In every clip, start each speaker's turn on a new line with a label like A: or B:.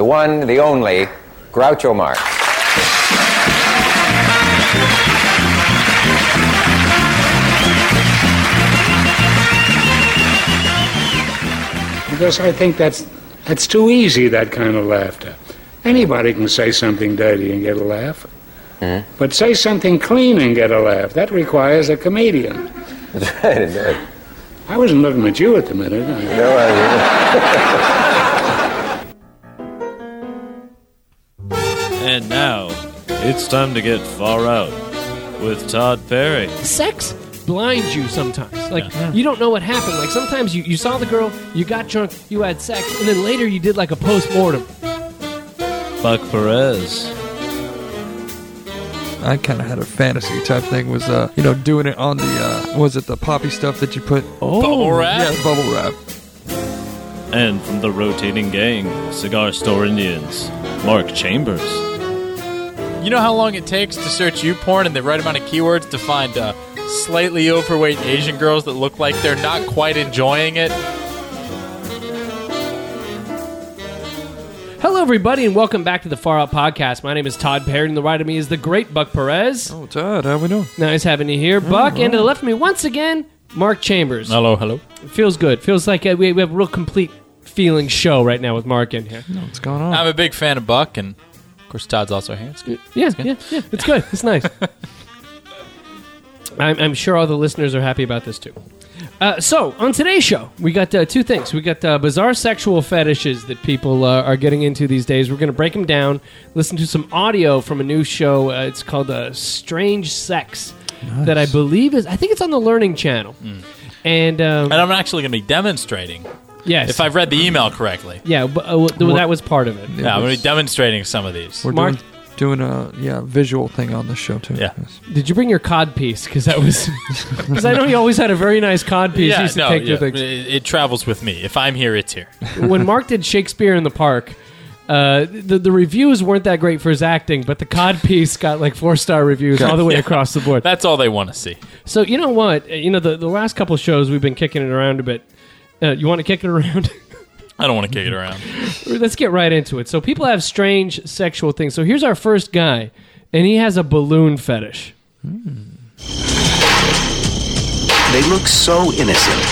A: one, the only, Groucho Marx.
B: Because I think that's, that's too easy, that kind of laughter. Anybody can say something dirty and get a laugh. But say something clean and get a laugh. That requires a comedian.
A: That's right, it did.
B: I wasn't looking at you at the minute. I-
A: There was-
C: And now, it's time to get far out with Todd Perry.
D: sex blinds you sometimes. Like you don't know what happened. Like sometimes you, you saw the girl, you got drunk, you had sex, and then later you did like a post mortem.
C: Buck Perez.
E: I kind of had a fantasy type thing was uh you know doing it on the uh was it the poppy stuff that you put oh
C: Bubble wrap?
E: yeah bubble wrap
C: And from the rotating gang, Cigar Store Indians, Mark Chambers.
F: You know how long it takes to search you porn and the right amount of keywords to find uh, slightly overweight Asian girls that look like they're not quite enjoying it?
D: Hello, everybody, and welcome back to the Far Out Podcast. My name is Todd Perry, and to the right of me is the great Buck Perez.
E: oh Todd how we doing
D: Nice having you here, Buck. And to the left of me once again, Mark Chambers.
F: Hello, hello.
D: It feels good. Feels like uh, we, we have a real complete feeling show right now with Mark in here.
E: what's going on
F: I'm a big fan of Buck, and of course, Todd's also here. It's good.
D: Yeah, yeah, yeah. It's good. It's nice. I'm, I'm sure all the listeners are happy about this too. Uh, so on today's show, we got uh, two things. We got uh, bizarre sexual fetishes that people uh, are getting into these days. We're going to break them down. Listen to some audio from a new show. Uh, it's called uh, Strange Sex, that I believe is. I think it's on the Learning Channel.
F: Hmm.
D: And, um,
F: And I'm actually going to be demonstrating,
D: yes,
F: if I've read the email correctly.
D: yeah, but, uh, well, that was part of it.
E: It
F: Yeah, I'm going
E: was-
F: to be demonstrating some of these.
E: we're
D: Mark-
E: doing doing a yeah visual thing on the show too
F: Yeah.
E: Yes.
D: Did you bring your cod piece? Because that was because I know you always had a very nice cod piece. you used to take to
F: It,
D: things.
F: it travels with me. If I'm here, it's here.
D: when Mark did Shakespeare in the Park, uh, the the reviews weren't that great for his acting, but the cod piece got like four star reviews all the way across the board.
F: That's all they want to see.
D: So you know what? Uh, You know the the last couple shows we've been kicking it around a bit. Uh, you want to kick it around?
F: I don't want to kick it around.
D: Let's get right into it. So people have strange sexual things. So here's our first guy, and he has a balloon fetish.
G: They look so innocent.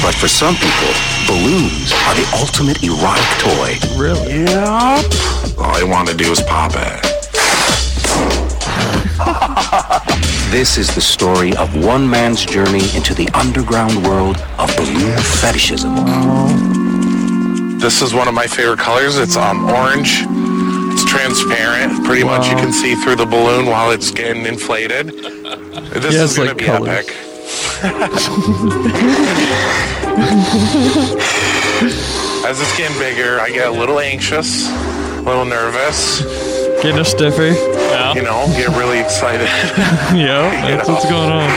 G: But for some people, balloons are the ultimate erotic toy.
E: really
G: Yep. All you want to do is pop it. this is the story of one man's journey into the underground world of balloon fetishism.
H: This is one of my favorite colors. It's um, orange. It's transparent. Pretty much you can see through the balloon while it's getting inflated. This
E: Yeah, it's
H: is going
E: like
H: to be
E: colors.
H: epic. As it's getting bigger, I get a little anxious, a little nervous,
E: getting a stiffy
H: you know, get really excited.
E: yeah that's what's going on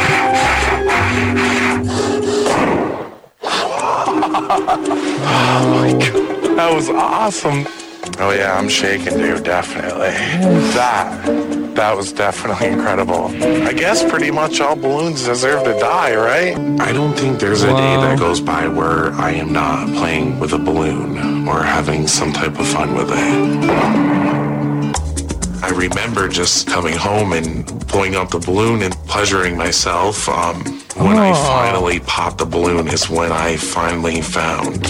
H: that was awesome. Oh yeah, I'm shaking, dude, definitely. That, that was definitely incredible. I guess pretty much all balloons deserve to die, right?
G: I don't think there's a day that goes by where I am not playing with a balloon or having some type of fun with it.
H: I remember just coming home and blowing up the balloon and pleasuring myself. Um, when I finally popped the balloon is when I finally found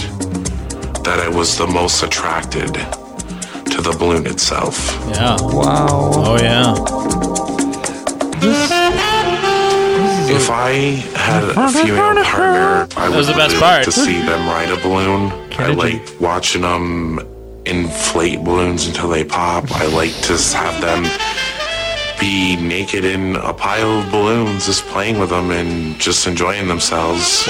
H: that I was the most attracted to the balloon itself.
F: Yeah.
E: wow
F: Oh, yeah.
I: Mm-hmm.
H: If I had a female partner, I would
F: was the best
H: live
F: part.
H: to see them ride a balloon. I like watching them inflate balloons until they pop. I like to s- have them be naked in a pile of balloons, just playing with them and just enjoying themselves.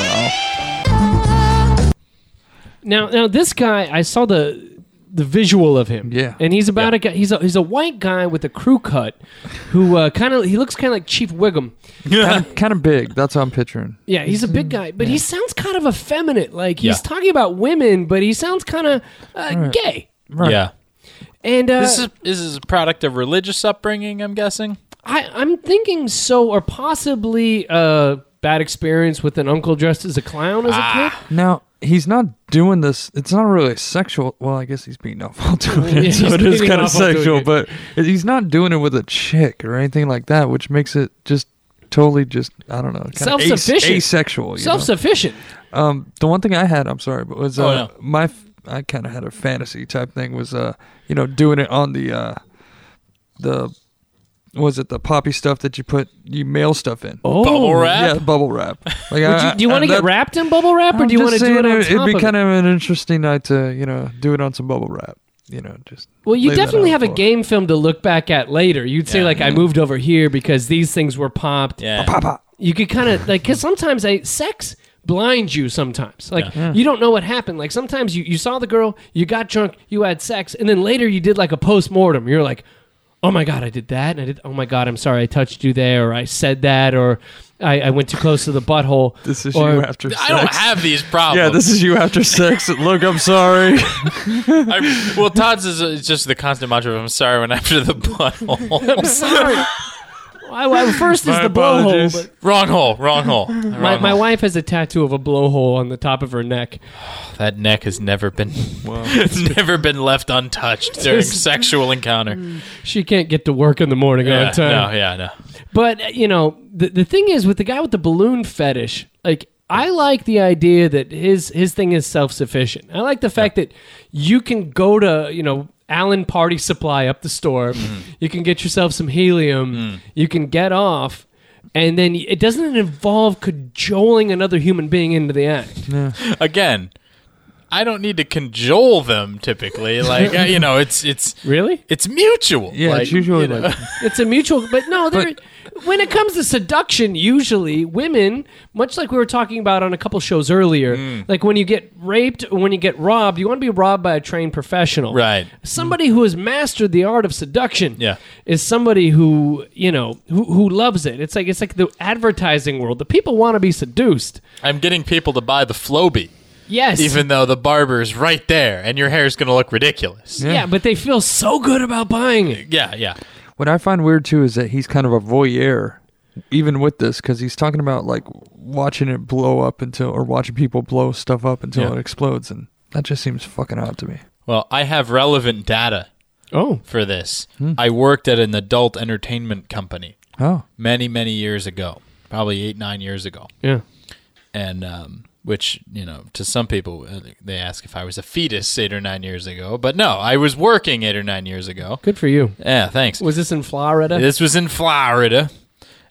D: Now, now this guy, I saw the the visual of him.
E: Yeah.
D: and he's about a guy. He's a he's a white guy with a crew cut, who uh, kind of he looks kind of like Chief Wiggum.
E: kind of kind of big that's what I'm picturing
D: Yeah, he's a big guy, but he sounds kind of effeminate. Like
F: Yeah.
D: he's talking about women, but he sounds kind of uh, gay.
F: Yeah.
D: And uh,
F: This is, this is a product of religious upbringing, I'm guessing.
D: I, I'm thinking so, or possibly uh, bad experience with an uncle dressed as a clown as a
E: Now he's not doing this. It's not really sexual. Well, I guess he's beating off while doing
D: Yeah,
E: it, so
D: he's
E: it is
D: beating
E: kind of
D: off while doing
E: sexual.
D: it.
E: But he's not doing it with a chick or anything like that, which makes it just totally just I don't know, kinda
D: Self-sufficient.
E: as- asexual.
D: kid?
E: You know?
D: Self sufficient.
E: Um, the one thing I had, I'm sorry, but was uh,
F: Oh, no.
E: my f- I kind of had a fantasy type thing was uh, you know, doing it on the uh, the was it the poppy stuff that you put you mail stuff in?
D: Oh,
F: Bubble wrap?
E: yeah, bubble wrap. Like,
D: Would you, do you want to get wrapped in bubble wrap, or do you want to do it on top
E: would be
D: of
E: kind
D: it?
E: of an interesting night to you know do it on some bubble wrap. You know, just
D: Well, you
E: lay that
D: definitely have
E: on the
D: a
E: floor.
D: game film to look back at later. You'd say like, I moved over here because these things were popped.
F: Yeah.
D: You could kind of like, because sometimes I sex blinds you. Sometimes like you don't know what happened. Like sometimes you you saw the girl, you got drunk, you had sex, and then later you did like a post mortem. You're like, oh my god, I did that, and I did. Oh my god, I'm sorry, I touched you there, or I said that, or I, I went too close to the butthole.
E: This is
D: or-
E: you after sex.
F: I don't have these problems.
E: yeah, this is you after sex. Look, I'm sorry.
F: I, well, Todd's is uh, just the constant mantra of "I'm sorry" when after the butthole.
D: sorry. I, I- first is
E: My
D: the blowhole,
E: apologies.
D: but
F: wrong hole, wrong hole. Wrong
D: My, my
F: hole.
D: wife has a tattoo of a blowhole on the top of her neck.
F: that neck has never been, it's never been left untouched during sexual encounter.
D: She can't get to work in the morning
F: Yeah,
D: on time.
F: no, yeah, no.
D: But uh, you know, the the thing is with the guy with the balloon fetish, like I like the idea that his his thing is self sufficient. I like the fact that you can go to you know Allen Party Supply up the store, you can get yourself some helium, you can get off. And then it doesn't involve cajoling another human being into the act.
F: Again, I don't need to cajole them typically. Like uh, you know, it's it's
D: Really?
F: it's mutual.
E: Yeah,
F: like,
E: it's usually
F: you know.
E: like
D: It's a mutual, but no, there. when it comes to seduction, usually women, much like we were talking about on a couple shows earlier, like when you get raped, or when you get robbed, you want to be robbed by a trained professional,
F: Right.
D: Somebody who has mastered the art of seduction,
F: Yeah.
D: is somebody who you know who, who loves it. It's like it's like the advertising world. The people want to be seduced.
F: I'm getting people to buy the Floby,
D: Yes,
F: even though the barber is right there, and your hair is going to look ridiculous.
D: yeah, but they feel so good about buying it.
F: Yeah, yeah.
E: What I find weird too is that he's kind of a voyeur, even with this, because he's talking about like watching it blow up until, or watching people blow stuff up until
F: Yeah.
E: it explodes, and that just seems fucking odd to me.
F: Well, I have relevant data
D: Oh,
F: for this.
E: Hmm.
F: I worked at an adult entertainment company
E: Oh,
F: many, many years ago, probably eight, nine years ago,
D: yeah.
F: and um, which you know, to some people, uh, they ask if I was a fetus eight or nine years ago, but no, I was working eight or nine years ago.
D: Good for you.
F: Yeah, thanks.
D: Was this in Florida?
F: This was in Florida,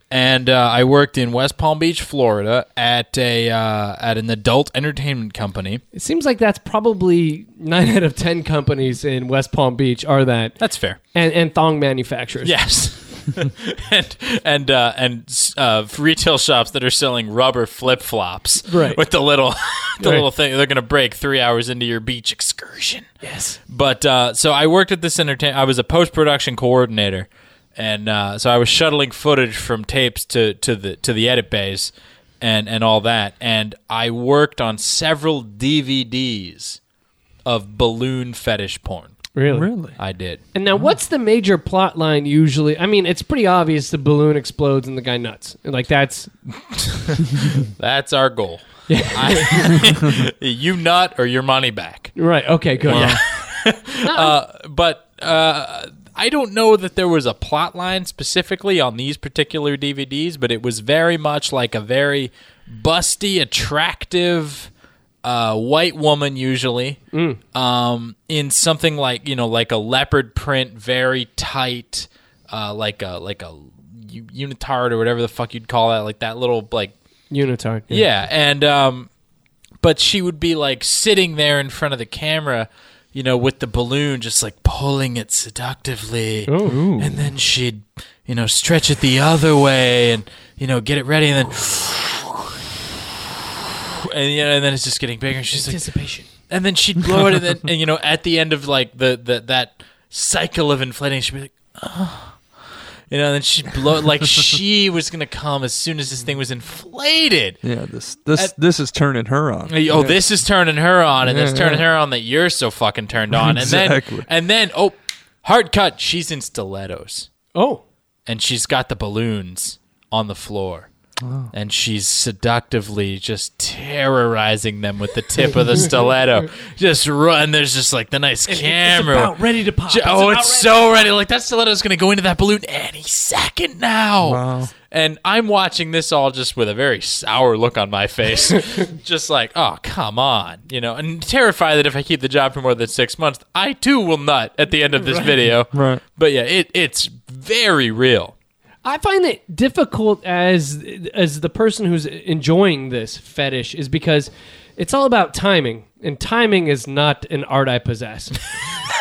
F: and uh, I worked in West Palm Beach, Florida, at a uh, at an adult entertainment company.
D: It seems like that's probably nine out of ten companies in West Palm Beach are that,
F: That's fair.
D: and, and thong manufacturers.
F: Yes. and and uh, and s- uh, retail shops that are selling rubber flip flops
D: Right.
F: with the little the
D: Right.
F: little thing they're gonna break three hours into your beach excursion.
D: Yes.
F: But uh, so I worked at this entertain. I was a post production coordinator, and uh, so I was shuttling footage from tapes to to the to the edit bays, and and all that. And I worked on several DVDs of balloon fetish porn.
D: Really.
E: really?
F: I did.
D: And now, what's the major plot line usually? I mean, it's pretty obvious the balloon explodes and the guy nuts. Like that's
F: That's our goal. I- you nut or your money back.
D: right. Okay, good.
F: But uh, I don't know that there was a plot line specifically on these particular DVDs, but it was very much like a very busty, attractive uh, white woman, usually um, in something like you know, like a leopard print, very tight, uh, like a like a u- unitard or whatever the fuck you'd call that, like that little like
D: Unitard.
F: yeah, and um, but she would be like sitting there in front of the camera, you know, with the balloon, just like pulling it seductively, and then she'd, you know, stretch it the other way, and you know, get it ready, and then. And you know, and then it's just getting bigger. And she's like,
D: Anticipation.
F: and then she'd blow it, and then and, you know, at the end of like the, the that cycle of inflating, she'd be like, oh. you know, and then she'd blow it like she was gonna come as soon as this thing was inflated.
E: Yeah, this this this is turning her on.
F: Hey, Oh, this is turning her on, and this
E: Yeah,
F: turning
E: yeah.
F: her on that you're so fucking turned on,
E: Exactly.
F: and then and then oh, hard cut. She's in stilettos,
D: Oh,
F: and she's got the balloons on the floor,
E: Oh.
F: And she's seductively just terrorizing them with the tip of the stiletto. Just run. There's just like the nice camera.
D: It's about ready to pop.
F: J- oh,
D: about
F: it's so ready. Like that stiletto's gonna go into that balloon any second now.
E: Wow.
F: And I'm watching this all just with a very sour look on my face, just like, oh, come on, you know, and terrified that if I keep the job for more than six months, I too will nut at the end of this video.
E: Right.
F: But yeah, it it's very real.
D: I find it difficult as as the person who's enjoying this fetish is because it's all about timing, and timing is not an art I possess.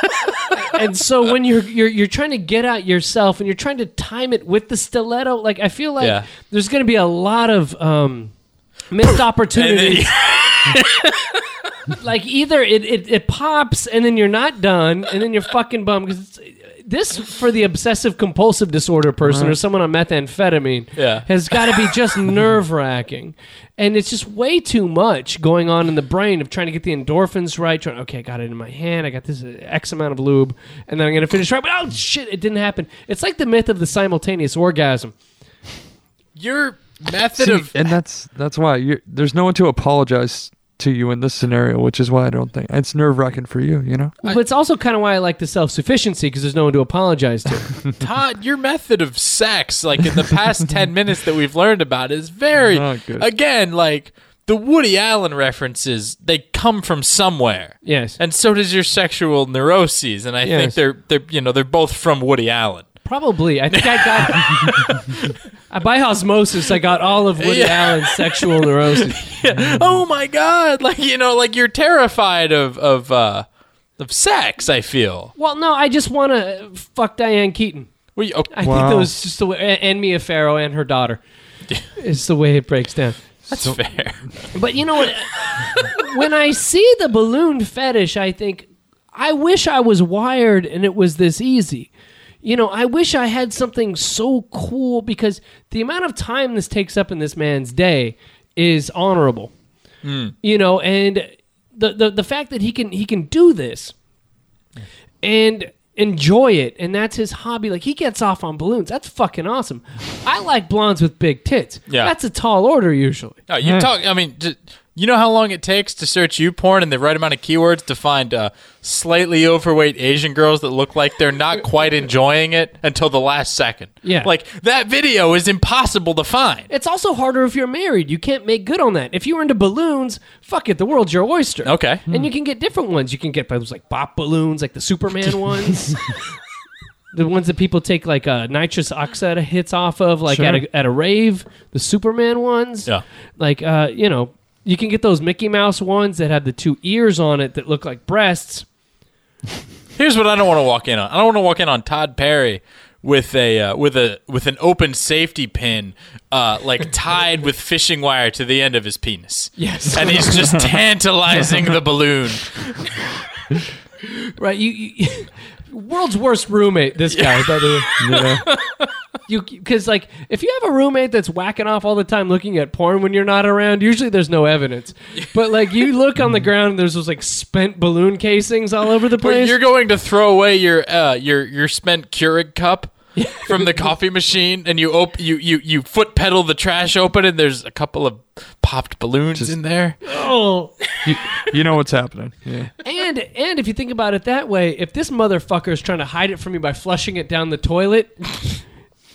D: and so when you're, you're you're trying to get out yourself and you're trying to time it with the stiletto, like I feel like
F: Yeah.
D: there's going to be a lot of um, missed opportunities. like either it, it, it pops and then you're not done and then you're fucking bummed because this for the obsessive compulsive disorder person or someone on methamphetamine
F: Yeah.
D: has got to be just nerve wracking and it's just way too much going on in the brain of trying to get the endorphins right trying okay I got it in my hand I got this uh, X amount of lube and then I'm gonna finish right but oh shit it didn't happen it's like the myth of the simultaneous orgasm
F: Your method
E: See,
F: of
E: and that's that's why you there's no one to apologize to you in this scenario, which is why I don't think it's nerve wracking for you. You know,
D: but it's also kind of why I like the self sufficiency because there's no one to apologize to
F: Todd, your method of sex, like in the past 10 minutes that we've learned about, is very,
E: Not good.
F: again, like the Woody Allen references, they come from somewhere.
D: yes
F: And so does your sexual neuroses. And I think
D: Yes.
F: they're, they're, you know, they're both from Woody Allen.
D: Probably. I think I got I- by osmosis. I got all of Woody
F: Yeah.
D: Allen's sexual neurosis.
F: Oh my God. Like, you know, like you're terrified of, of, uh, of sex, I feel.
D: Well, no, I just want to fuck Diane Keaton.
F: Well, you- oh,
D: I
E: Wow.
D: think that was just the way, and- and Mia Farrow and her daughter. It's the way it breaks down.
F: that's fair.
D: But you know what? when I see the balloon fetish, I think, I wish I was wired and it was this easy. You know, I wish I had something so cool because the amount of time this takes up in this man's day is honorable. You know, and the, the the fact that he can he can do this and enjoy it and that's his hobby like he gets off on balloons that's fucking awesome i like blondes with big tits
F: Yeah.
D: that's a tall order usually
F: No, you talk. I mean, d you know how long it takes to search you porn and the right amount of keywords to find uh, slightly overweight Asian girls that look like they're not quite enjoying it until the last second.
D: Yeah.
F: like that video is impossible to find.
D: It's also harder if you're married. You can't make good on that. If you're into balloons, fuck it, the world's your oyster.
F: Okay.
D: And you can get different ones. You can get those like pop balloons, like the Superman ones. the ones that people take like uh, nitrous oxide hits off of, like at, a, at a rave, the Superman ones.
F: Yeah.
D: Like, uh, you know, you can get those Mickey Mouse ones that have the two ears on it that look like breasts.
F: Here's what I don't want to walk in on. I don't want to walk in on Todd Perry with a uh, with a with an open safety pin, uh, like tied with fishing wire to the end of his penis.
D: Yes.
F: and he's just tantalizing the balloon.
D: Right. You, you world's worst roommate. This guy, by the way. You because like if you have a roommate that's whacking off all the time, looking at porn when you're not around, usually there's no evidence. But like you look on the ground, and there's those like spent balloon casings all over the
F: But
D: place.
F: you're going to throw away your uh, your your spent Keurig cup from the coffee machine, and you op- you you you foot pedal the trash open, and there's a couple of popped balloons in there.
D: oh.
E: you, you know what's happening. Yeah,
D: And and if you think about it that way, if this motherfucker is trying to hide it from you by flushing it down the toilet,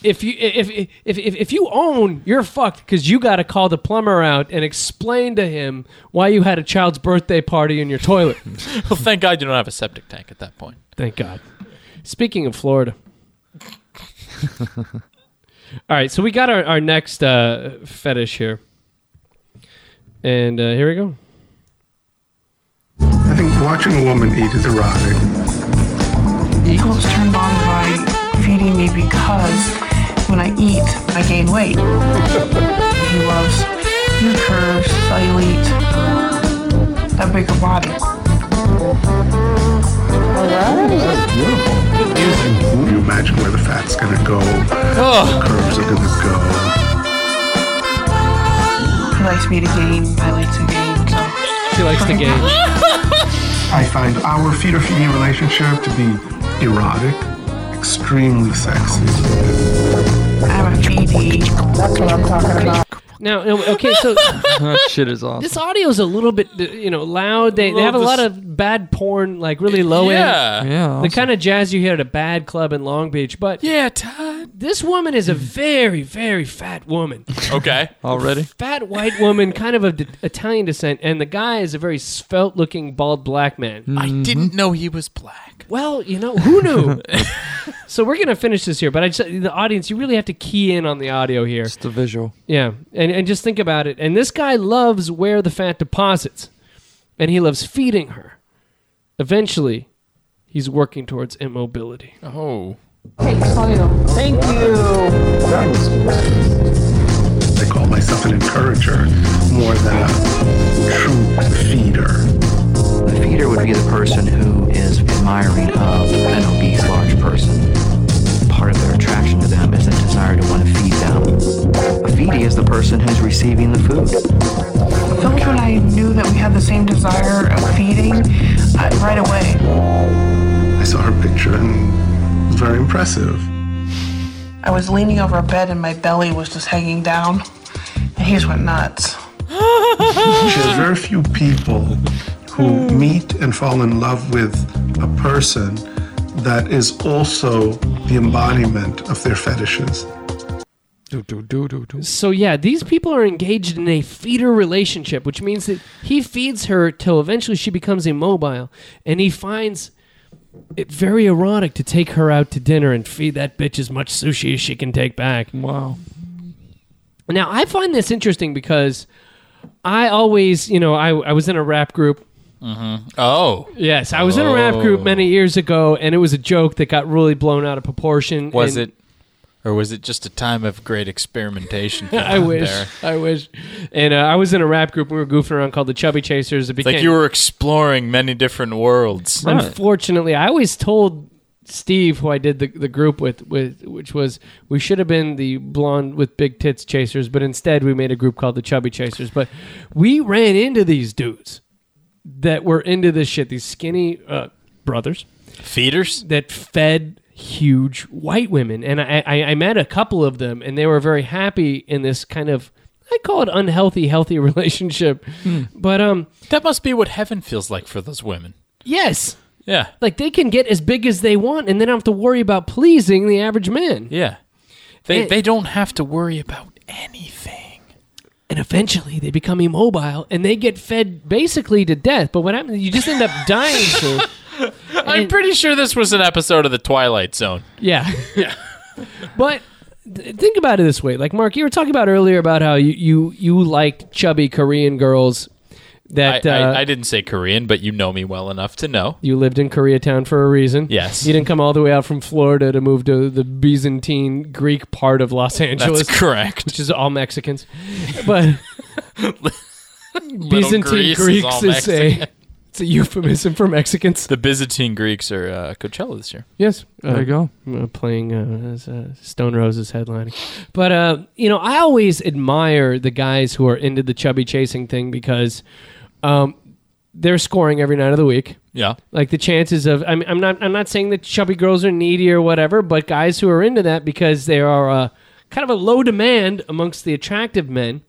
D: if you if if if, if you own, you're fucked because you got to call the plumber out and explain to him why you had a child's birthday party in your toilet.
F: Well, thank God you don't have a septic tank at that point.
D: Thank God. Speaking of Florida. All right, so we got our, our next uh, fetish here. And uh, here we go.
J: I think watching a woman eat is erotic.
I: was turned on by feeding me because when I eat, I gain weight. he loves your curves, cellulite, a bigger body.
J: Can you imagine where the fat's gonna go? The curves are gonna go.
I: He likes me to gain, I like to gain. So.
D: She likes to gauge.
J: I find our feeder feeding relationship to be erotic, extremely sexy.
I: I'm a BD. That's what I'm talking about.
D: Now, no, okay, so
E: that shit is awesome.
D: this audio is a little bit, uh, you know, loud. They, they have a lot of bad porn, like really low end.
F: yeah.
E: yeah,
D: The
E: awesome.
D: kind of jazz you hear at a bad club in Long Beach. But
F: Yeah, Todd.
D: this woman is a very, very fat woman.
F: Okay.
E: already.
D: fat white woman, kind of of d- Italian descent, and the guy is a very svelte looking bald black man.
F: I didn't know he was black.
D: Well, you know, who knew? so we're going to finish this here, but I just, the audience, you really have to key in on the audio here.
E: It's the visual.
D: Yeah, and, and just think about it. And this guy loves where the fat deposits, and he loves feeding her. Eventually, he's working towards immobility.
F: Oh.
I: Hey, Soil. Thank you.
J: I call myself an encourager more than a true feeder.
K: The feeder would be the person who is admiring of an obese large person. Part of their attraction to them is a desire to want to feed them. A feedie is the person who's receiving the food.
I: That was when I knew that we had the same desire of feeding uh, right away.
J: I saw her picture and it was very impressive.
I: I was leaning over a bed and my belly was just hanging down, and he just went nuts.
J: There's very few people who meet and fall in love with a person that is also the embodiment of their fetishes.
E: Do do do do do.
D: So, yeah, these people are engaged in a feeder relationship, which means that he feeds her till eventually she becomes immobile, and he finds it very erotic to take her out to dinner and feed that bitch as much sushi as she can take back.
E: Wow.
D: Now, I find this interesting because I always, you know, I, I was in a rap group.
F: Oh.
D: Yes, I was in a rap group many years ago, and it was a joke that got really blown out of proportion.
F: Was
D: and-
F: it, or was it just a time of great experimentation?
D: I wish. I wish. And uh, I was in a rap group. We were goofing around called the Chubby Chasers. It became,
F: Like you were exploring many different worlds.
D: Unfortunately, I always told Steve, who I did the, the group with, with, which was we should have been the blonde with big tits chasers, but instead we made a group called the Chubby Chasers. But we ran into these dudes that were into this shit. These skinny uh, brothers
F: Feeders?
D: that fed huge white women, and I, I, I met a couple of them, and they were very happy in this kind of. I call it unhealthy, healthy relationship, but um,
F: That must be what heaven feels like for those women.
D: yes,
F: Yeah.
D: like they can get as big as they want and they don't have to worry about pleasing the average man
F: Yeah. They,
D: It-
F: they don't have to worry about anything.
D: and eventually they become immobile and they get fed basically to death but what happens you just end up dying so
F: I'm pretty sure this was an episode of The Twilight Zone.
D: yeah yeah but th- think about it this way like mark you were talking about earlier about how you you, you liked chubby korean girls that
F: I, I-
D: uh,
F: I didn't say Korean, but you know me well enough to know.
D: you lived in Koreatown for a reason.
F: Yes.
D: You didn't come all the way out from Florida to move to the Byzantine Greek part of Los Angeles.
F: That's correct.
D: which is all Mexicans. But Byzantine
F: Greece is
D: Greeks
F: all
D: is, a it's a euphemism for Mexicans.
F: The Byzantine Greeks are uh, Coachella this year.
D: Yes,
E: There you go.
D: uh, playing uh, as, uh, Stone Roses headlining. But uh, you know, I always admire the guys who are into the chubby chasing thing because um, they're scoring every night of the week.
F: Yeah.
D: Like the chances of I'm, I'm not I'm not saying that chubby girls are needy or whatever, but guys who are into that because they are uh, kind of a low demand amongst the attractive men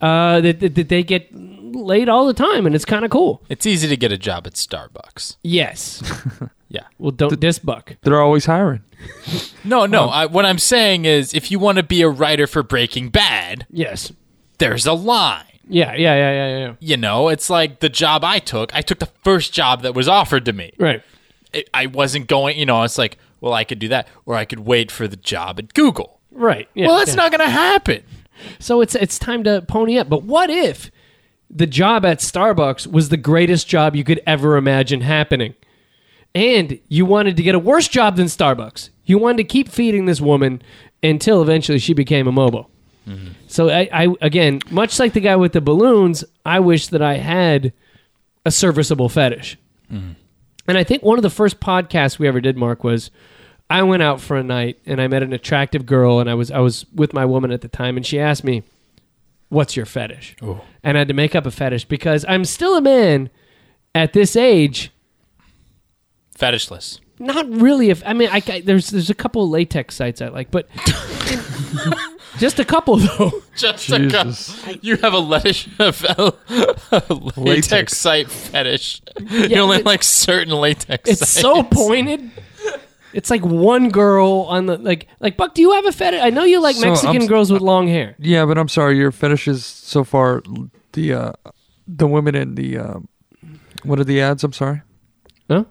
D: uh, that, that that they get laid all the time, and it's kind of cool.
F: It's easy to get a job at Starbucks.
D: Yes.
F: Yeah.
D: Well, don't diss Buck.
E: They're always hiring.
F: No, no. I, what I'm saying is if you want to be a writer for Breaking Bad,
D: Yes.
F: there's a line.
D: Yeah. Yeah. Yeah. Yeah. Yeah.
F: You know, it's like the job I took. I took the first job that was offered to me.
D: Right.
F: It, I wasn't going, you know, it's like, well, I could do that, or I could wait for the job at Google.
D: Right. Yeah,
F: well, that's
D: yeah.
F: not going to happen.
D: So it's it's time to pony up. But what if the job at Starbucks was the greatest job you could ever imagine happening? And you wanted to get a worse job than Starbucks. You wanted to keep feeding this woman until eventually she became immobile. So I, I again, much like the guy with the balloons, I wish that I had a serviceable fetish. And I think one of the first podcasts we ever did, Mark, was I went out for a night and I met an attractive girl and I was I was with my woman at the time and she asked me, What's your fetish?
E: Oh.
D: And I had to make up a fetish because I'm still a man at this age,
F: Fetishless.
D: not really if I mean I, I- there's there's a couple of latex sites I like, but Just a couple, though.
F: Just a couple. You have a lettuce, a latex,
D: Latex.
F: site fetish. you only
D: but-
F: like certain latex.
D: It's so
F: sites.
D: pointed. It's like one girl on the like like Buck. Do you have a fetish? I know you like
E: So,
D: Mexican
E: I'm-
D: girls with long hair.
E: Yeah, but I'm sorry, your fetishes so far l- the uh the women in the um what are the ads? I'm sorry.
D: Huh?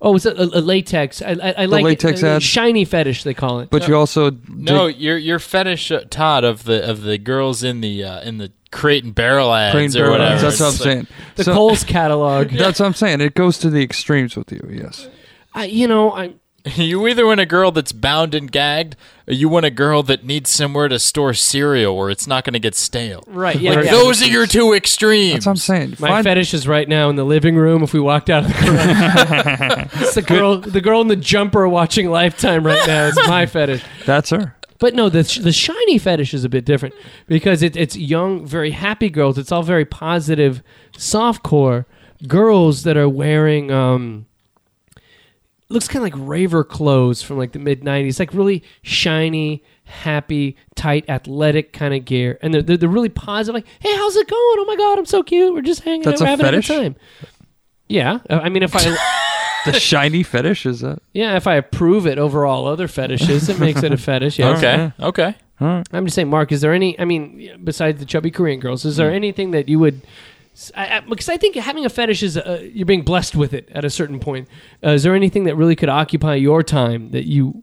D: Oh, it's a, a, a latex. I, I, I
E: The
D: like it.
E: latex
D: Uh,
E: ad?
D: Shiny fetish, they call it.
E: But you also
F: No, your your fetish, uh, Todd, of the of the girls in the uh, in the crate and barrel ads
E: Crane
F: or
E: barrel
F: whatever.
E: ads, that's what
F: It's
E: I'm saying.
D: the
E: So-
D: Coles catalog.
E: That's what I'm saying. It goes to the extremes with you. Yes.
D: I, you know, I
F: You either want a girl that's bound and gagged, or you want a girl that needs somewhere to store cereal where it's not going to get stale.
D: right. Yeah,
F: Like,
D: yeah.
F: those are your two extremes.
E: That's what I'm saying.
D: My
E: Find-
D: fetish is right now in the living room. If we walked out of the room, it's the girl, the girl in the jumper watching Lifetime right now. It's my fetish.
E: that's her.
D: But no, the the shiny fetish is a bit different because it, it's young, very happy girls. It's all very positive, softcore girls that are wearing um, looks kind of like raver clothes from like the mid '90s, like really shiny, happy, tight, athletic kind of gear, and they're, they're they're really positive. Like, hey, how's it going? Oh my god, I'm so cute. We're just hanging
E: That's
D: out,
E: a
D: we're having
E: fetish?
D: a good time. Yeah, I I mean, if I
E: The shiny fetish is that?
D: yeah, if I approve it over all other fetishes, it makes it a fetish. Yeah,
F: okay, okay.
D: I'm just saying, Mark. Is there any? I mean, besides the chubby Korean girls, is there anything that you would? I, I, because I think having a fetish is uh, you're being blessed with it at a certain point. Uh, is there anything that really could occupy your time that you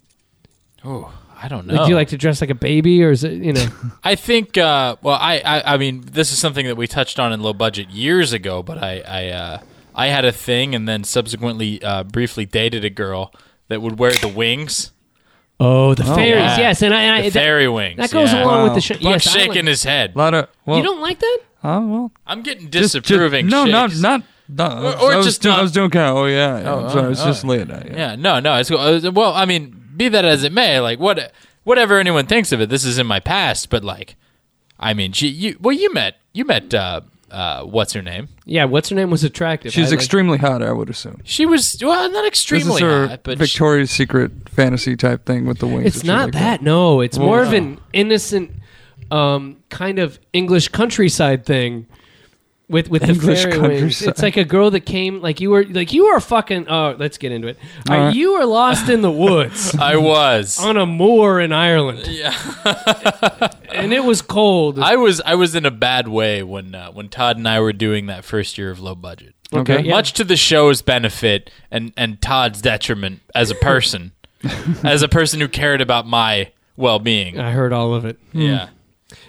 F: Oh, I don't know.
D: like, do you like to dress like a baby or is it you know?
F: I think. Uh, well, I, I, I mean, this is something that we touched on in low budget years ago, but I, I, uh, I had a thing, and then subsequently, uh, briefly dated a girl that would wear the wings,
D: oh, the fairies,
F: yeah.
D: yes, and I, and I
F: the
D: that,
F: fairy wings.
D: that goes
F: yeah.
D: along with
E: Wow.
D: the sh-
F: Buck's
D: yes, I
F: shaking
D: like,
F: his head.
E: A lot of uh, well,
D: You don't like that?
E: Oh well.
F: I'm getting
E: Just- just-
F: disapproving.
E: no, no,
F: shakes.
E: not no.
F: Or- or
E: I was
F: just
E: doing,
F: not-
E: I was doing kind of. Oh yeah. yeah. I'm sorry. It's
F: oh,
E: just
F: oh.
E: late night.
F: Yeah, no, no. It's uh, well, I mean, be that as it may, like what, whatever anyone thinks of it, this is in my past. But like, I mean, she, you, well, you met, you met, uh, uh, what's her name?
D: Yeah, what's her name was attractive. I
E: She's
D: like-
E: extremely hot. I would assume.
F: She was well, not
E: This
F: extremely
E: is her
F: hot, but she-
E: Victoria's Secret fantasy type thing with the wings.
D: It's
E: and shit
D: not
E: like
D: that. No, it's more of
E: no.
D: an innocent, um, kind of English countryside thing. With with
E: English
D: the fairy wings,
E: countryside.
D: it's like a girl that came like you were like you were fucking. Oh, let's get into it. All right,
E: right.
D: You were lost in the woods
F: I was.
D: on a moor in Ireland. Yeah, and it was cold.
F: I was I was in a bad way when uh, when Todd and I were doing that first year of low budget.
D: Okay, yeah.
F: Much to the show's benefit and and Todd's detriment as a person, as a person who cared about my well being.
D: I heard all of it. Hmm.
F: Yeah.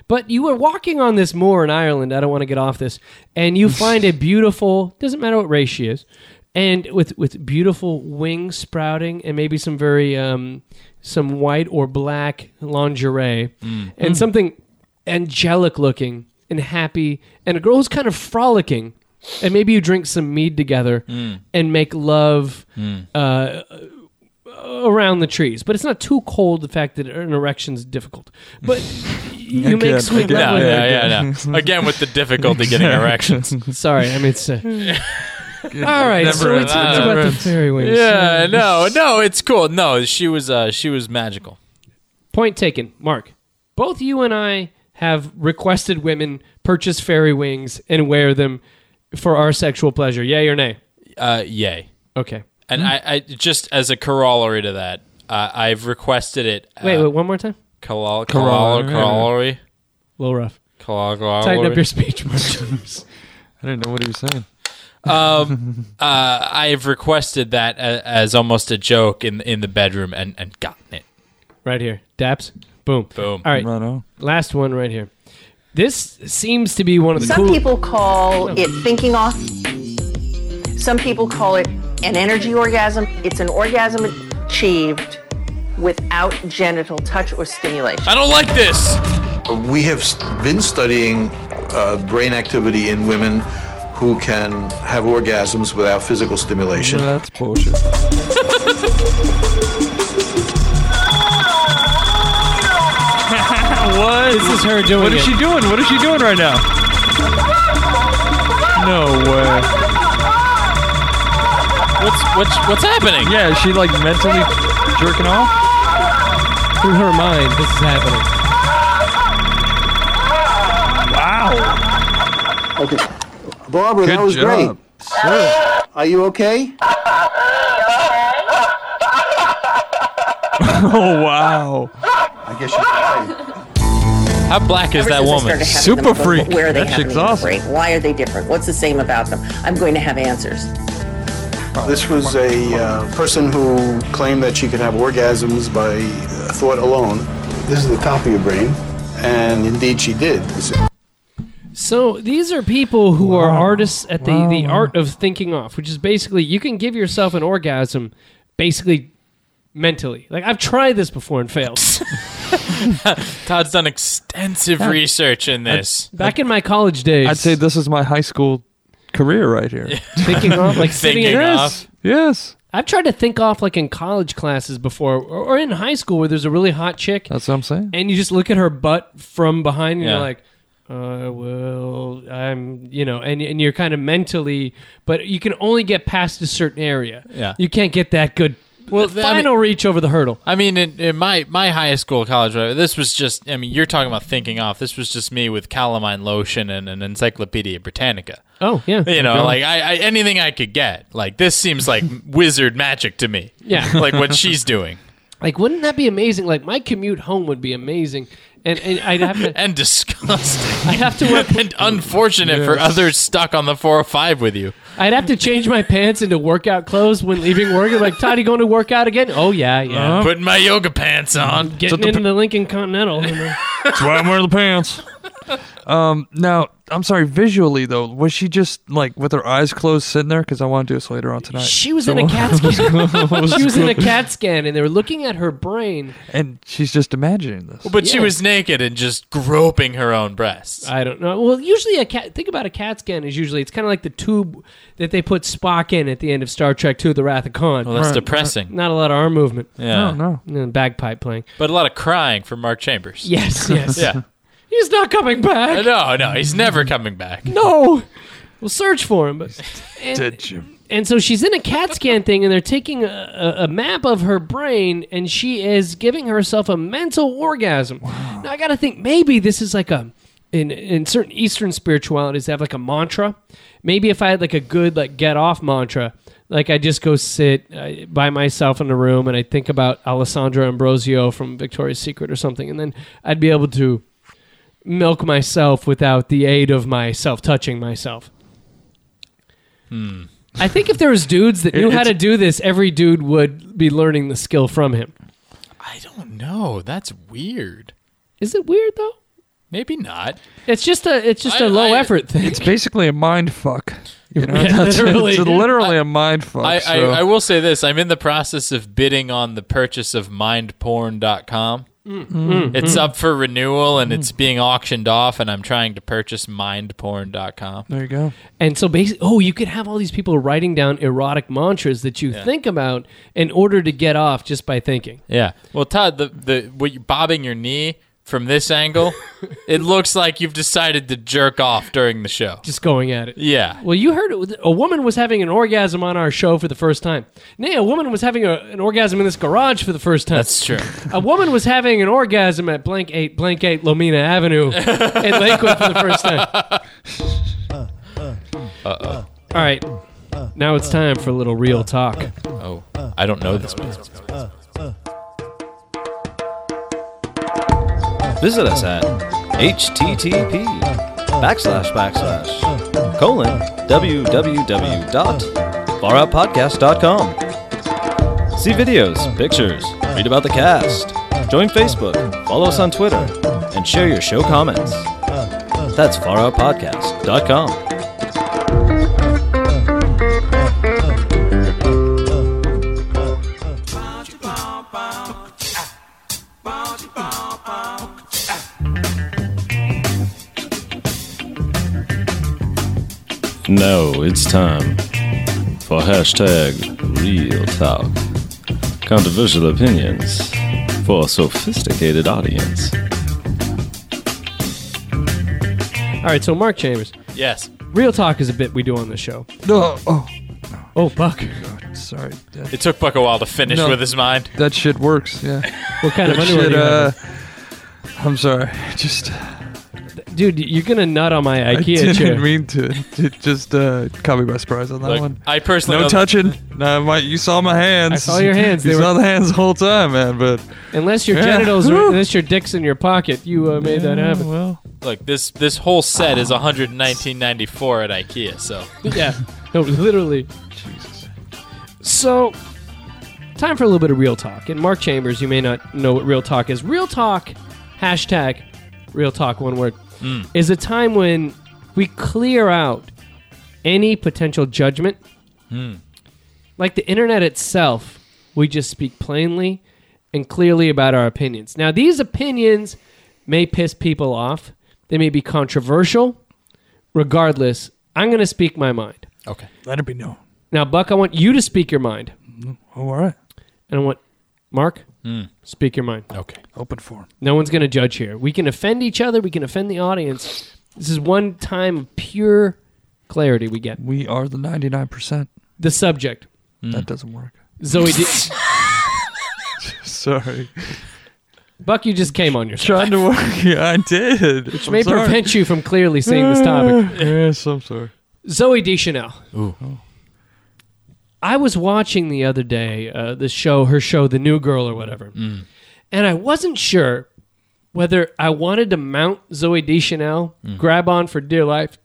D: But you were walking on this moor in Ireland. I don't want to get off this. And you find a beautiful, doesn't matter what race she is, and with, with beautiful wings sprouting and maybe some very, um, some white or black lingerie and something angelic looking and happy and a girl who's kind of frolicking. And maybe you drink some mead together and make love uh, around the trees. But it's not too cold. The fact that an erection's difficult, but you make
E: get it, I
D: sweet
E: get it.
D: love
F: No,
D: with
F: yeah,
D: it.
F: yeah, no. Again with the difficulty getting erections.
D: Sorry, I mean it's. Uh, all right,
E: Never
D: so
E: ends.
D: it's, it's
F: Never
D: about the
E: ends.
D: fairy wings. Hmm.
F: Yeah, no, no, it's cool. No, she was uh she was magical.
D: Point taken, Mark. Both you and I have requested women purchase fairy wings and wear them for our sexual pleasure. Yay or nay?
F: Uh yay.
D: Okay.
F: And I, I just as a corollary to that, uh, I've requested it uh,
D: Wait, wait, one more time.
F: Colol-
E: Corollary.
F: colol- corollary.
D: A little rough.
F: Colol-
D: Tighten up
F: corollary.
D: your speech, Mark.
E: that. I didn't know what he was saying.
F: Um, uh, I've requested that a, as almost a joke in in the bedroom and and gotten it.
D: right here. Daps. Boom.
F: Boom.
D: All right.
E: Right on.
D: Last one right here. This seems to be one of the
L: Some
D: cool-
L: people call it thinking off. Some people call it an energy orgasm. It's an orgasm achieved without genital touch or stimulation.
F: I don't like this.
M: We have s- been studying uh, brain activity in women who can have orgasms without physical stimulation.
E: That's bullshit.
D: What? This is her doing
E: What is
D: it.
E: she doing? What is she doing right now? No way.
F: What's what's what's happening?
E: Yeah, is she like mentally jerking off?
D: Through her mind, this is happening.
N: Wow.
O: Okay. Barbara,
N: Good
O: that was
N: job.
O: great. Are you okay?
E: oh wow.
O: I guess you
F: How black is that woman?
L: Super freak. Where are they having them Great. Why are they different? What's the same about them? I'm going to have answers.
M: This was a uh, person who claimed that she could have orgasms by uh, thought alone. This is the top of your brain, and indeed she did.
D: So these are people who are artists at the, the art of thinking off, which is basically you can give yourself an orgasm basically mentally. Like I've tried this before and failed.
F: Todd's done extensive
D: Yeah.
F: research in this.
D: Back in my college days,
E: I'd say this is my high school career right here.
D: thinking off like sitting in-
F: Thinking
D: Yes.
F: off.
E: Yes.
D: I've tried to think off like in college classes before or, or in high school where there's a really hot chick
E: That's what I'm saying.
D: and you just look at her butt from behind and
E: Yeah.
D: you're like uh, well, I'm, you know, and, and you're kind of mentally, but you can only get past a certain area.
F: Yeah.
D: You can't get that good uh,
F: Well, th- I
D: final reach over the hurdle.
F: I mean, in, in my my high school, college, whatever, this was just. I mean, you're talking about thinking off. This was just me with calamine lotion and an Encyclopedia Britannica.
D: Oh, yeah.
F: You know,
D: Go.
F: like I, I anything I could get. Like this seems like wizard magic to me.
D: Yeah.
F: like what she's doing.
D: Like, wouldn't that be amazing? Like, my commute home would be amazing, and and I'd have to
F: and disgusting.
D: I'd have to work.
F: and unfortunate for others stuck on the 405 with you.
D: I'd have to change my pants into workout clothes when leaving work. I'm like, Todd, you going to work out again? Oh yeah, yeah.
F: Putting my yoga pants on.
D: Getting in the Lincoln Continental. you know.
E: That's why I'm wearing the pants. Um, now, I'm sorry, visually, though, was she just like with her eyes closed sitting there? Because I want to do this later on tonight.
D: She was in
E: So-
D: a CAT scan.
E: what was
D: she was in a
E: going-
D: CAT scan, and they were looking at her brain.
E: And she's just imagining this.
F: But she was naked and just groping her own breasts.
D: I don't know. Well, usually a cat. Think about a CAT scan is usually it's kind of like the tube that they put Spock in at the end of Star Trek II: The Wrath of Khan.
F: Well, that's Right. depressing.
D: Not a lot of arm movement.
F: Yeah.
E: No,
D: Uh, no. And bagpipe playing.
F: But a lot of crying from Mark Chambers.
D: Yes, yes.
F: yeah.
D: He's not coming back.
F: No, no, he's never coming back.
D: No. We'll search for him. But, and, and so she's in a CAT scan thing, and they're taking a, a, a map of her brain, and she is giving herself a mental orgasm. Now, I got to think maybe this is like a. In, in certain Eastern spiritualities, they have like a mantra. Maybe if I had like a good like get off mantra, like I just go sit uh, by myself in a room and I think about Alessandra Ambrosio from Victoria's Secret or something, and then I'd be able to milk myself without the aid of myself touching myself.
F: Hmm.
D: I think if there was dudes that
F: It-
D: knew how
F: it's-
D: to do this, every dude would be learning the skill from him.
F: I don't know. That's weird.
D: Is it weird though?
F: Maybe not.
D: It's just a it's just a low effort thing.
E: It's basically a mind fuck. You know,
D: Yeah,
E: that's
D: literally.
E: it's literally a mind fuck.
F: I,
E: so.
F: I, I will say this. I'm in the process of bidding on the purchase of mindporn.com.
E: Mm.
F: It's
E: Mm.
F: up for renewal and it's being auctioned off, and I'm trying to purchase mindporn.com.
E: there you go.
D: And so basically, oh, you could have all these people writing down erotic mantras that you
F: Yeah.
D: think about in order to get off just by thinking.
F: Yeah. Well, Todd, the the what you bobbing your knee from this angle, it looks like you've decided to jerk off during the show.
D: Just going at it.
F: Yeah.
D: Well, you heard it. a woman was having an orgasm on our show for the first time. Nay, a woman was having a, an orgasm in this garage for the first time.
F: That's true.
D: A woman was having an orgasm at blank eight, blank eight, Lomina Avenue in Lakewood for the first time.
F: Uh
D: All right, now it's time for a little real talk.
F: oh. Oh, I don't know this business.
P: Visit us at http backslash backslash colon www.faroutpodcast.com. See videos, pictures, read about the cast, join Facebook, follow us on Twitter, and share your show comments. That's faroutpodcast.com.
C: Now it's time for hashtag real talk. Controversial opinions for a sophisticated audience.
D: All right, so Mark Chambers.
F: Yes.
D: Real talk is a bit we do on this show.
E: No. Oh.
D: Oh, Buck.
E: Sorry.
F: It took Buck a while to finish
E: No.
F: with his mind.
E: That shit works, yeah.
D: What kind of
E: That uh,
D: underwear
E: shit,
D: do you
E: uh,
D: have
E: I'm sorry. Just
D: dude, you're gonna nut on my
E: I
D: IKEA
E: didn't
D: chair.
E: mean to, to just uh, caught me by surprise on that
F: Look,
E: one.
F: I personally
E: no
F: don't-
E: touching. No, my, you saw my hands.
D: I saw your hands.
E: You
D: They
E: saw
D: were-
E: the hands the whole time, man. But
D: Unless your
E: Yeah.
D: genitals,
E: Woo.
D: are, unless your dick's in your pocket, you uh, made that happen.
E: Well,
F: Look, this this whole set is 119.94 at IKEA. So
D: yeah, no, literally. So, time for a little bit of real talk. And Mark Chambers, you may not know what real talk is. Real talk, hashtag real talk, one word,
F: Mm.
D: is a time when we clear out any potential judgment.
F: Mm.
D: Like the internet itself, we just speak plainly and clearly about our opinions. Now, these opinions may piss people off, they may be controversial. Regardless, I'm going to speak my mind.
F: Okay.
E: Let it be known.
D: Now, Buck, I want you to speak your mind.
E: Oh, all right.
D: And I want Mark,
F: Mm.
D: speak your mind.
F: Okay.
E: Open forum.
D: No one's going to judge here. We can offend each other. We can offend the audience. This is one time of pure clarity we get.
E: We are the 99%.
D: The subject.
E: That doesn't work.
D: Zoe did.
E: Sorry.
D: Buck, you just came on yourself.
E: Trying to work. Yeah, I did.
D: Which may prevent you from clearly seeing this topic.
E: yes, I'm sorry.
D: Zoe Deschanel.
F: Ooh.
D: I was watching the other day uh, the show, her show, The New Girl or whatever,
F: Mm.
D: and I wasn't sure whether I wanted to mount Zoe Deschanel,
F: Mm.
D: grab on for dear life,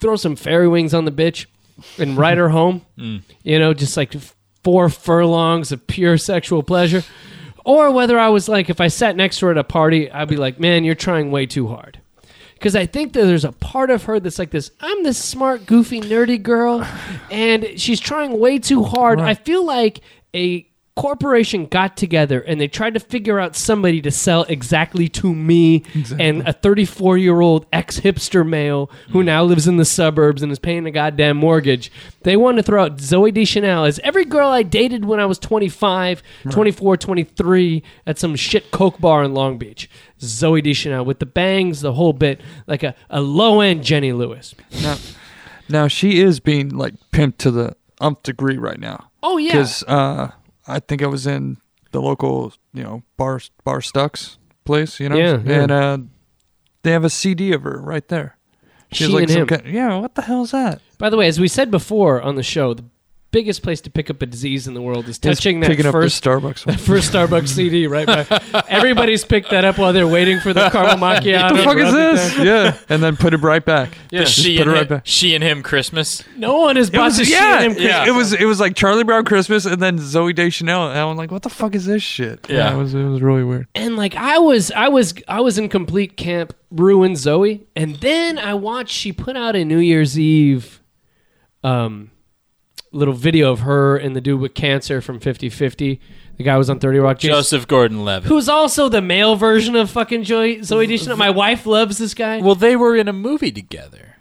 D: throw some fairy wings on the bitch, and ride her home.
F: Mm.
D: You know, just like f- four furlongs of pure sexual pleasure. Or whether I was like, if I sat next to her at a party, I'd be like, man, you're trying way too hard. Because I think that there's a part of her that's like this I'm this smart, goofy, nerdy girl, and she's trying way too hard. I feel like a corporation got together and they tried to figure out somebody to sell exactly to me and a 34 year old ex hipster male who now lives in the suburbs and is paying a goddamn mortgage. They wanted to throw out Zoe Deschanel as every girl I dated when I was 25, 24, 23 at some shit Coke bar in Long Beach. Zoe Deschanel with the bangs, the whole bit, like a, a low end Jenny Lewis.
E: Now, now she is being like pimped to the umph degree right now.
D: Oh, yeah.
E: Because uh, I think I was in the local, you know, bar bar Stucks place, you know,
D: Yeah, yeah.
E: and uh, they have a CD of her right there.
D: She and him.
E: kind- yeah, what the hell is that?
D: By the way, as we said before on the show, the biggest place to pick up a disease in the world is
E: Is
D: touching that
E: picking up the
D: first
E: Starbucks one.
D: that first Starbucks CD, right? By, everybody's picked that up while they're waiting for the caramel macchiato.
E: What the fuck is
D: Rub it
E: this?
D: down.
E: Yeah, and then put it right back.
F: The
E: Just
F: she,
E: put
F: and
E: it
F: him,
E: right back.
F: she and him Christmas.
D: No one has
E: It
D: bought
E: was,
D: the
E: yeah,
D: shit. in
E: yeah,
D: Christmas.
E: it was it was like Charlie Brown Christmas and then Zoe Deschanel, and I'm like, what the fuck is this shit?
D: Yeah.
E: it was it was really weird.
D: and like I was, I was, I was in complete camp ruin Zoe, and then I watched she put out a New Year's Eve, um, little video of her and the dude with cancer from 50-50. The guy was on Thirty Rock. Jason-
F: Joseph Gordon-Levitt.
D: Who's also the male version of fucking Joy, Zoe Deschanel. My wife loves this guy.
F: Well, they were in a movie together.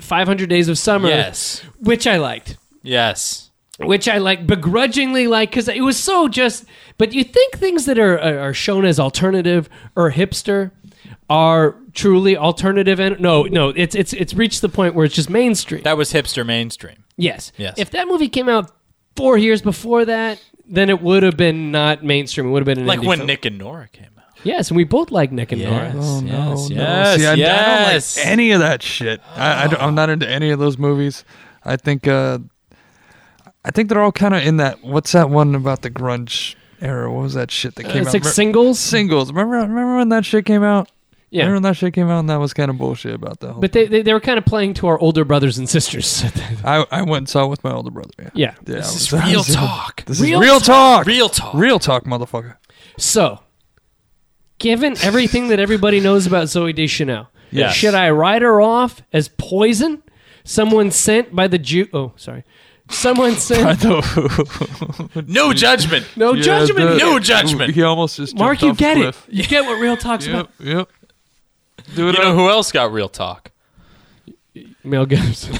D: 500 Days of Summer.
F: Yes.
D: Which I liked.
F: Yes.
D: Which I like begrudgingly like because it was so just. But you think things that are are are shown as alternative or hipster are truly alternative and no no it's it's it's reached the point where it's just mainstream.
F: That was hipster mainstream.
D: Yes.
F: Yes.
D: If that movie came out four years before that, then it would have been not mainstream. It would have been an
F: like
D: indie
F: when
D: film.
F: Nick and Nora came out.
D: Yes, and we both like Nick and Nora.
F: Yes, Oh, no, yes, no.
E: No, See, I,
F: yes.
E: I don't like any of that shit. I, am not into any of those movies. I think uh, I think they're all kind of in that. What's that one about the grunge era? What was that shit that
D: Uh,
E: came
D: it's
E: out?
D: like
E: Remem-
D: singles?
E: Singles. Remember? Remember when that shit came out?
D: Yeah.
E: Remember when that shit came out and that was kind of bullshit about that. Whole
D: But they, they they were kind of playing to our older brothers and sisters.
E: I, I went and saw it with my older brother. Yeah.
D: Yeah.
E: Yeah,
D: This
E: I
D: is
E: was- I
D: real
E: was-
D: talk.
E: This
D: Real
E: is real
D: talk.
E: talk.
D: Real talk.
E: Real talk, motherfucker.
D: So, given everything that everybody knows about Zoe Deschanel,
E: Yes.
D: should I write her off as poison? Someone sent by the Jew. Oh, sorry. Someone sent.
F: No judgment.
D: No Yeah, judgment. the-
F: no judgment.
E: He almost just
D: Mark,
E: jumped
D: you
E: off
D: get
E: the
D: it.
E: cliff.
D: You get what real talk's
E: Yep.
D: about.
E: Yep.
F: Do it you know who else got real talk?
D: Mel Gibson.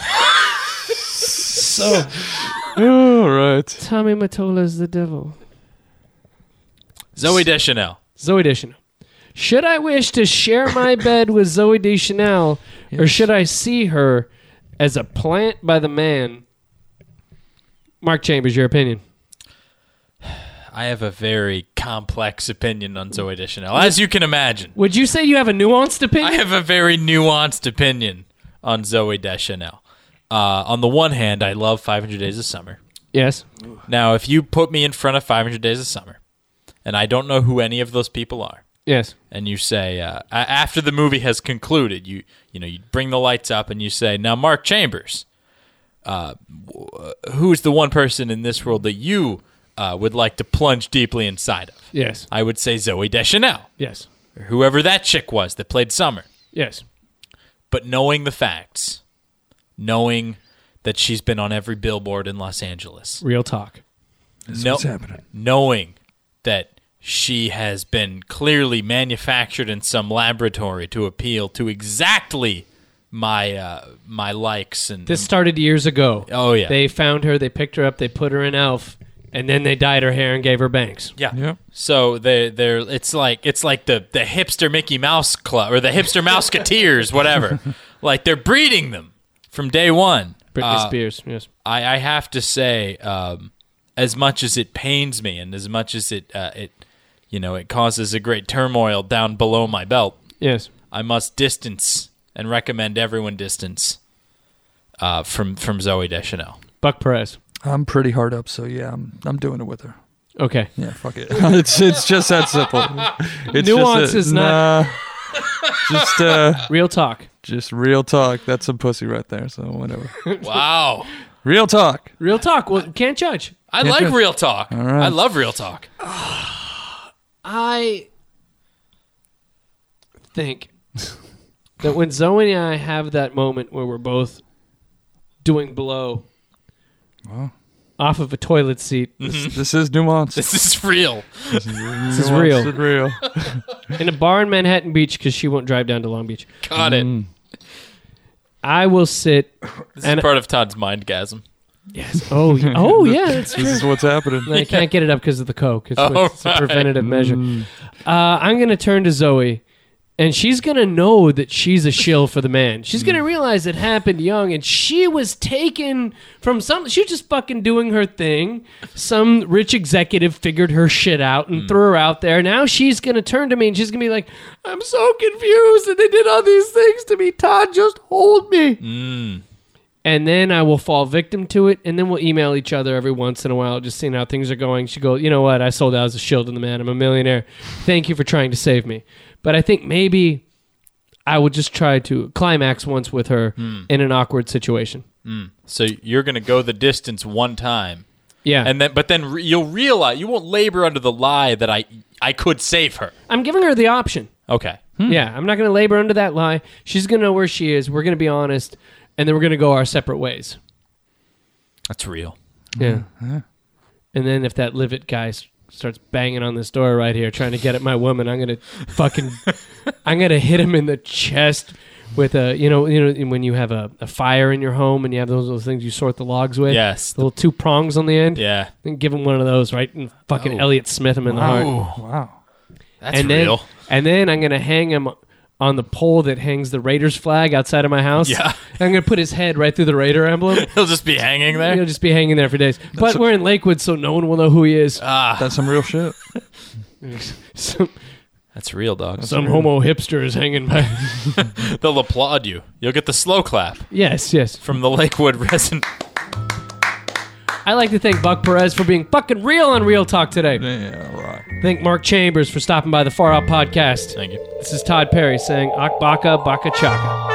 D: so,
E: all right.
D: Tommy Mottola's the devil.
F: Zoe Deschanel.
D: Zoe Deschanel. Should I wish to share my bed with Zoe Deschanel, or should I see her as a plant by the man? Mark Chambers, your opinion.
F: I have a very complex opinion on Zoe Deschanel, as you can imagine.
D: Would you say you have a nuanced opinion?
F: I have a very nuanced opinion on Zoe Deschanel. Uh, on the one hand, I love 500 Days of Summer.
D: Yes.
F: Now, if you put me in front of 500 Days of Summer, and I don't know who any of those people are,
D: Yes.
F: and you say uh, a- after the movie has concluded, you you know you bring the lights up and you say, "Now, Mark Chambers, uh, w- who's the one person in this world that you uh, would like to plunge deeply inside of?"
D: Yes.
F: I would say Zoe Deschanel,
D: Yes.
F: or whoever that chick was that played Summer.
D: Yes.
F: But knowing the facts, knowing that she's been on every billboard in Los Angeles,
D: Real talk.
F: no, Knowing that she has been clearly manufactured in some laboratory to appeal to exactly my uh, my likes and
D: This started years ago.
F: Oh, yeah.
D: They found her, they picked her up, they put her in Elf, and then they dyed her hair and gave her bangs.
F: yeah. So they they're it's like it's like the the hipster Mickey Mouse club or the hipster Mouseketeers, whatever. like they're breeding them from day one.
D: Britney
F: Uh,
D: Spears. Yes.
F: I, I have to say, um, as much as it pains me, and as much as it uh, it you know it causes a great turmoil down below my belt.
D: Yes.
F: I must distance and recommend everyone distance uh, from from Zoe Deschanel.
D: Buck Perez.
E: I'm pretty hard up, so yeah, I'm I'm doing it with her.
D: Okay.
E: Yeah, fuck it. it's it's just that simple. It's
D: Nuance
E: just a-
D: is not-
E: nah. just uh,
D: real talk.
E: Just real talk. That's some pussy right there. So whatever.
F: Wow.
E: Real talk.
D: Real talk. Well, can't judge.
F: I
E: Yeah,
F: like
E: good.
F: real talk.
E: All right.
F: I love real talk.
D: I think that when Zoe and I have that moment where we're both doing blow
E: Wow.
D: off of a toilet seat,
E: This, this is nuance.
F: This is real.
E: This
D: This is real. in a bar in Manhattan Beach because she won't drive down to Long Beach.
F: Got it.
E: Mm.
D: I will sit.
F: This
D: and
F: is part of Todd's mindgasm.
D: Yes. Oh, yeah. oh yeah. That's true.
E: This is what's happening.
D: I can't get it up because of the coke. It's,
F: All
D: it's a
F: right.
D: preventative measure.
E: Mm.
D: Uh, I'm going to turn to Zoe, and she's going to know that she's a shill for the man. She's going to realize it happened young, and she was taken from some. She was just fucking doing her thing. Some rich executive figured her shit out and threw her out there. Now she's going to turn to me, and she's going to be like, "I'm so confused, and they did all these things to me. Todd, just hold me." and then I will fall victim to it, and then we'll email each other every once in a while, just seeing how things are going. She goes, you know what? I sold out as a shield in the man. I'm a millionaire. Thank you for trying to save me. But I think maybe I will just try to climax once with her
F: Hmm.
D: in an awkward situation.
F: Mm. So you're going to go the distance one time.
D: Yeah.
F: And then but then re- you'll realize you won't labor under the lie that I I could save her.
D: I'm giving her the option.
F: Okay.
D: Yeah, I'm not going to labor under that lie. She's going to know where she is. We're going to be honest, and then we're going to go our separate ways.
F: That's real.
D: Yeah. And then if that live it guy s- starts banging on this door right here, trying to get at my woman, I'm gonna fucking, I'm gonna hit him in the chest with a, you know, you know, when you have a, a fire in your home and you have those little things you sort the logs with,
F: Yes.
D: the little two prongs on the end,
F: Yeah.
D: then give him one of those right and fucking
F: Oh.
D: Elliot Smith him in the heart
F: Wow.
E: Wow.
F: That's
D: and
F: real.
D: Then, and then I'm gonna hang him on the pole that hangs the Raiders flag outside of my house.
F: Yeah.
D: I'm gonna put his head right through the Raider emblem.
F: He'll just be hanging there.
D: He'll just be hanging there for days. but we're in Lakewood, so no one will know who he is.
F: Ah,
E: that's some real shit.
D: some
F: That's real, dog.
D: some homo hipster is hanging by.
F: They'll applaud you. You'll get the slow clap
D: yes, yes.
F: from the Lakewood resident.
D: I'd like to thank Buck Perez for being fucking real on Real Talk today.
E: Yeah, right.
D: Thank Mark Chambers for stopping by the Far Out Podcast.
F: Thank you.
D: This is Todd Perry saying Akbaka Baka Chaka.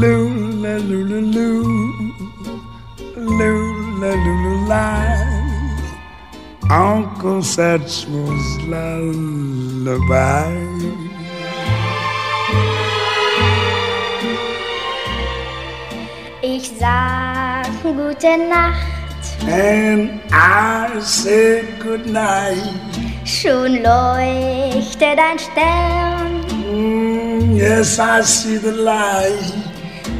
N: Loo la loo la loo, loo la loo la la. Uncle Satchmel's lullaby.
Q: Ich sag gute Nacht,
N: And I said goodnight.
Q: schon leuchtet ein Stern.
N: Yes, I see the light.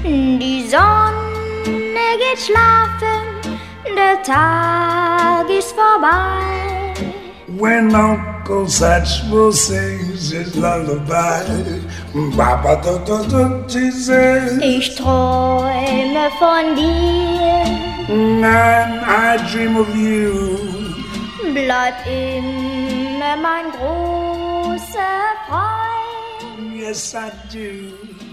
H: Die Sonne geht schlafen, der Tag ist vorbei.
N: When Uncle Satchmo sings his lullaby, Baba da da da Jesus.
H: Ich träume von dir,
N: And I dream of you.
H: bleib immer mein großer Freund.
N: Yes, I do.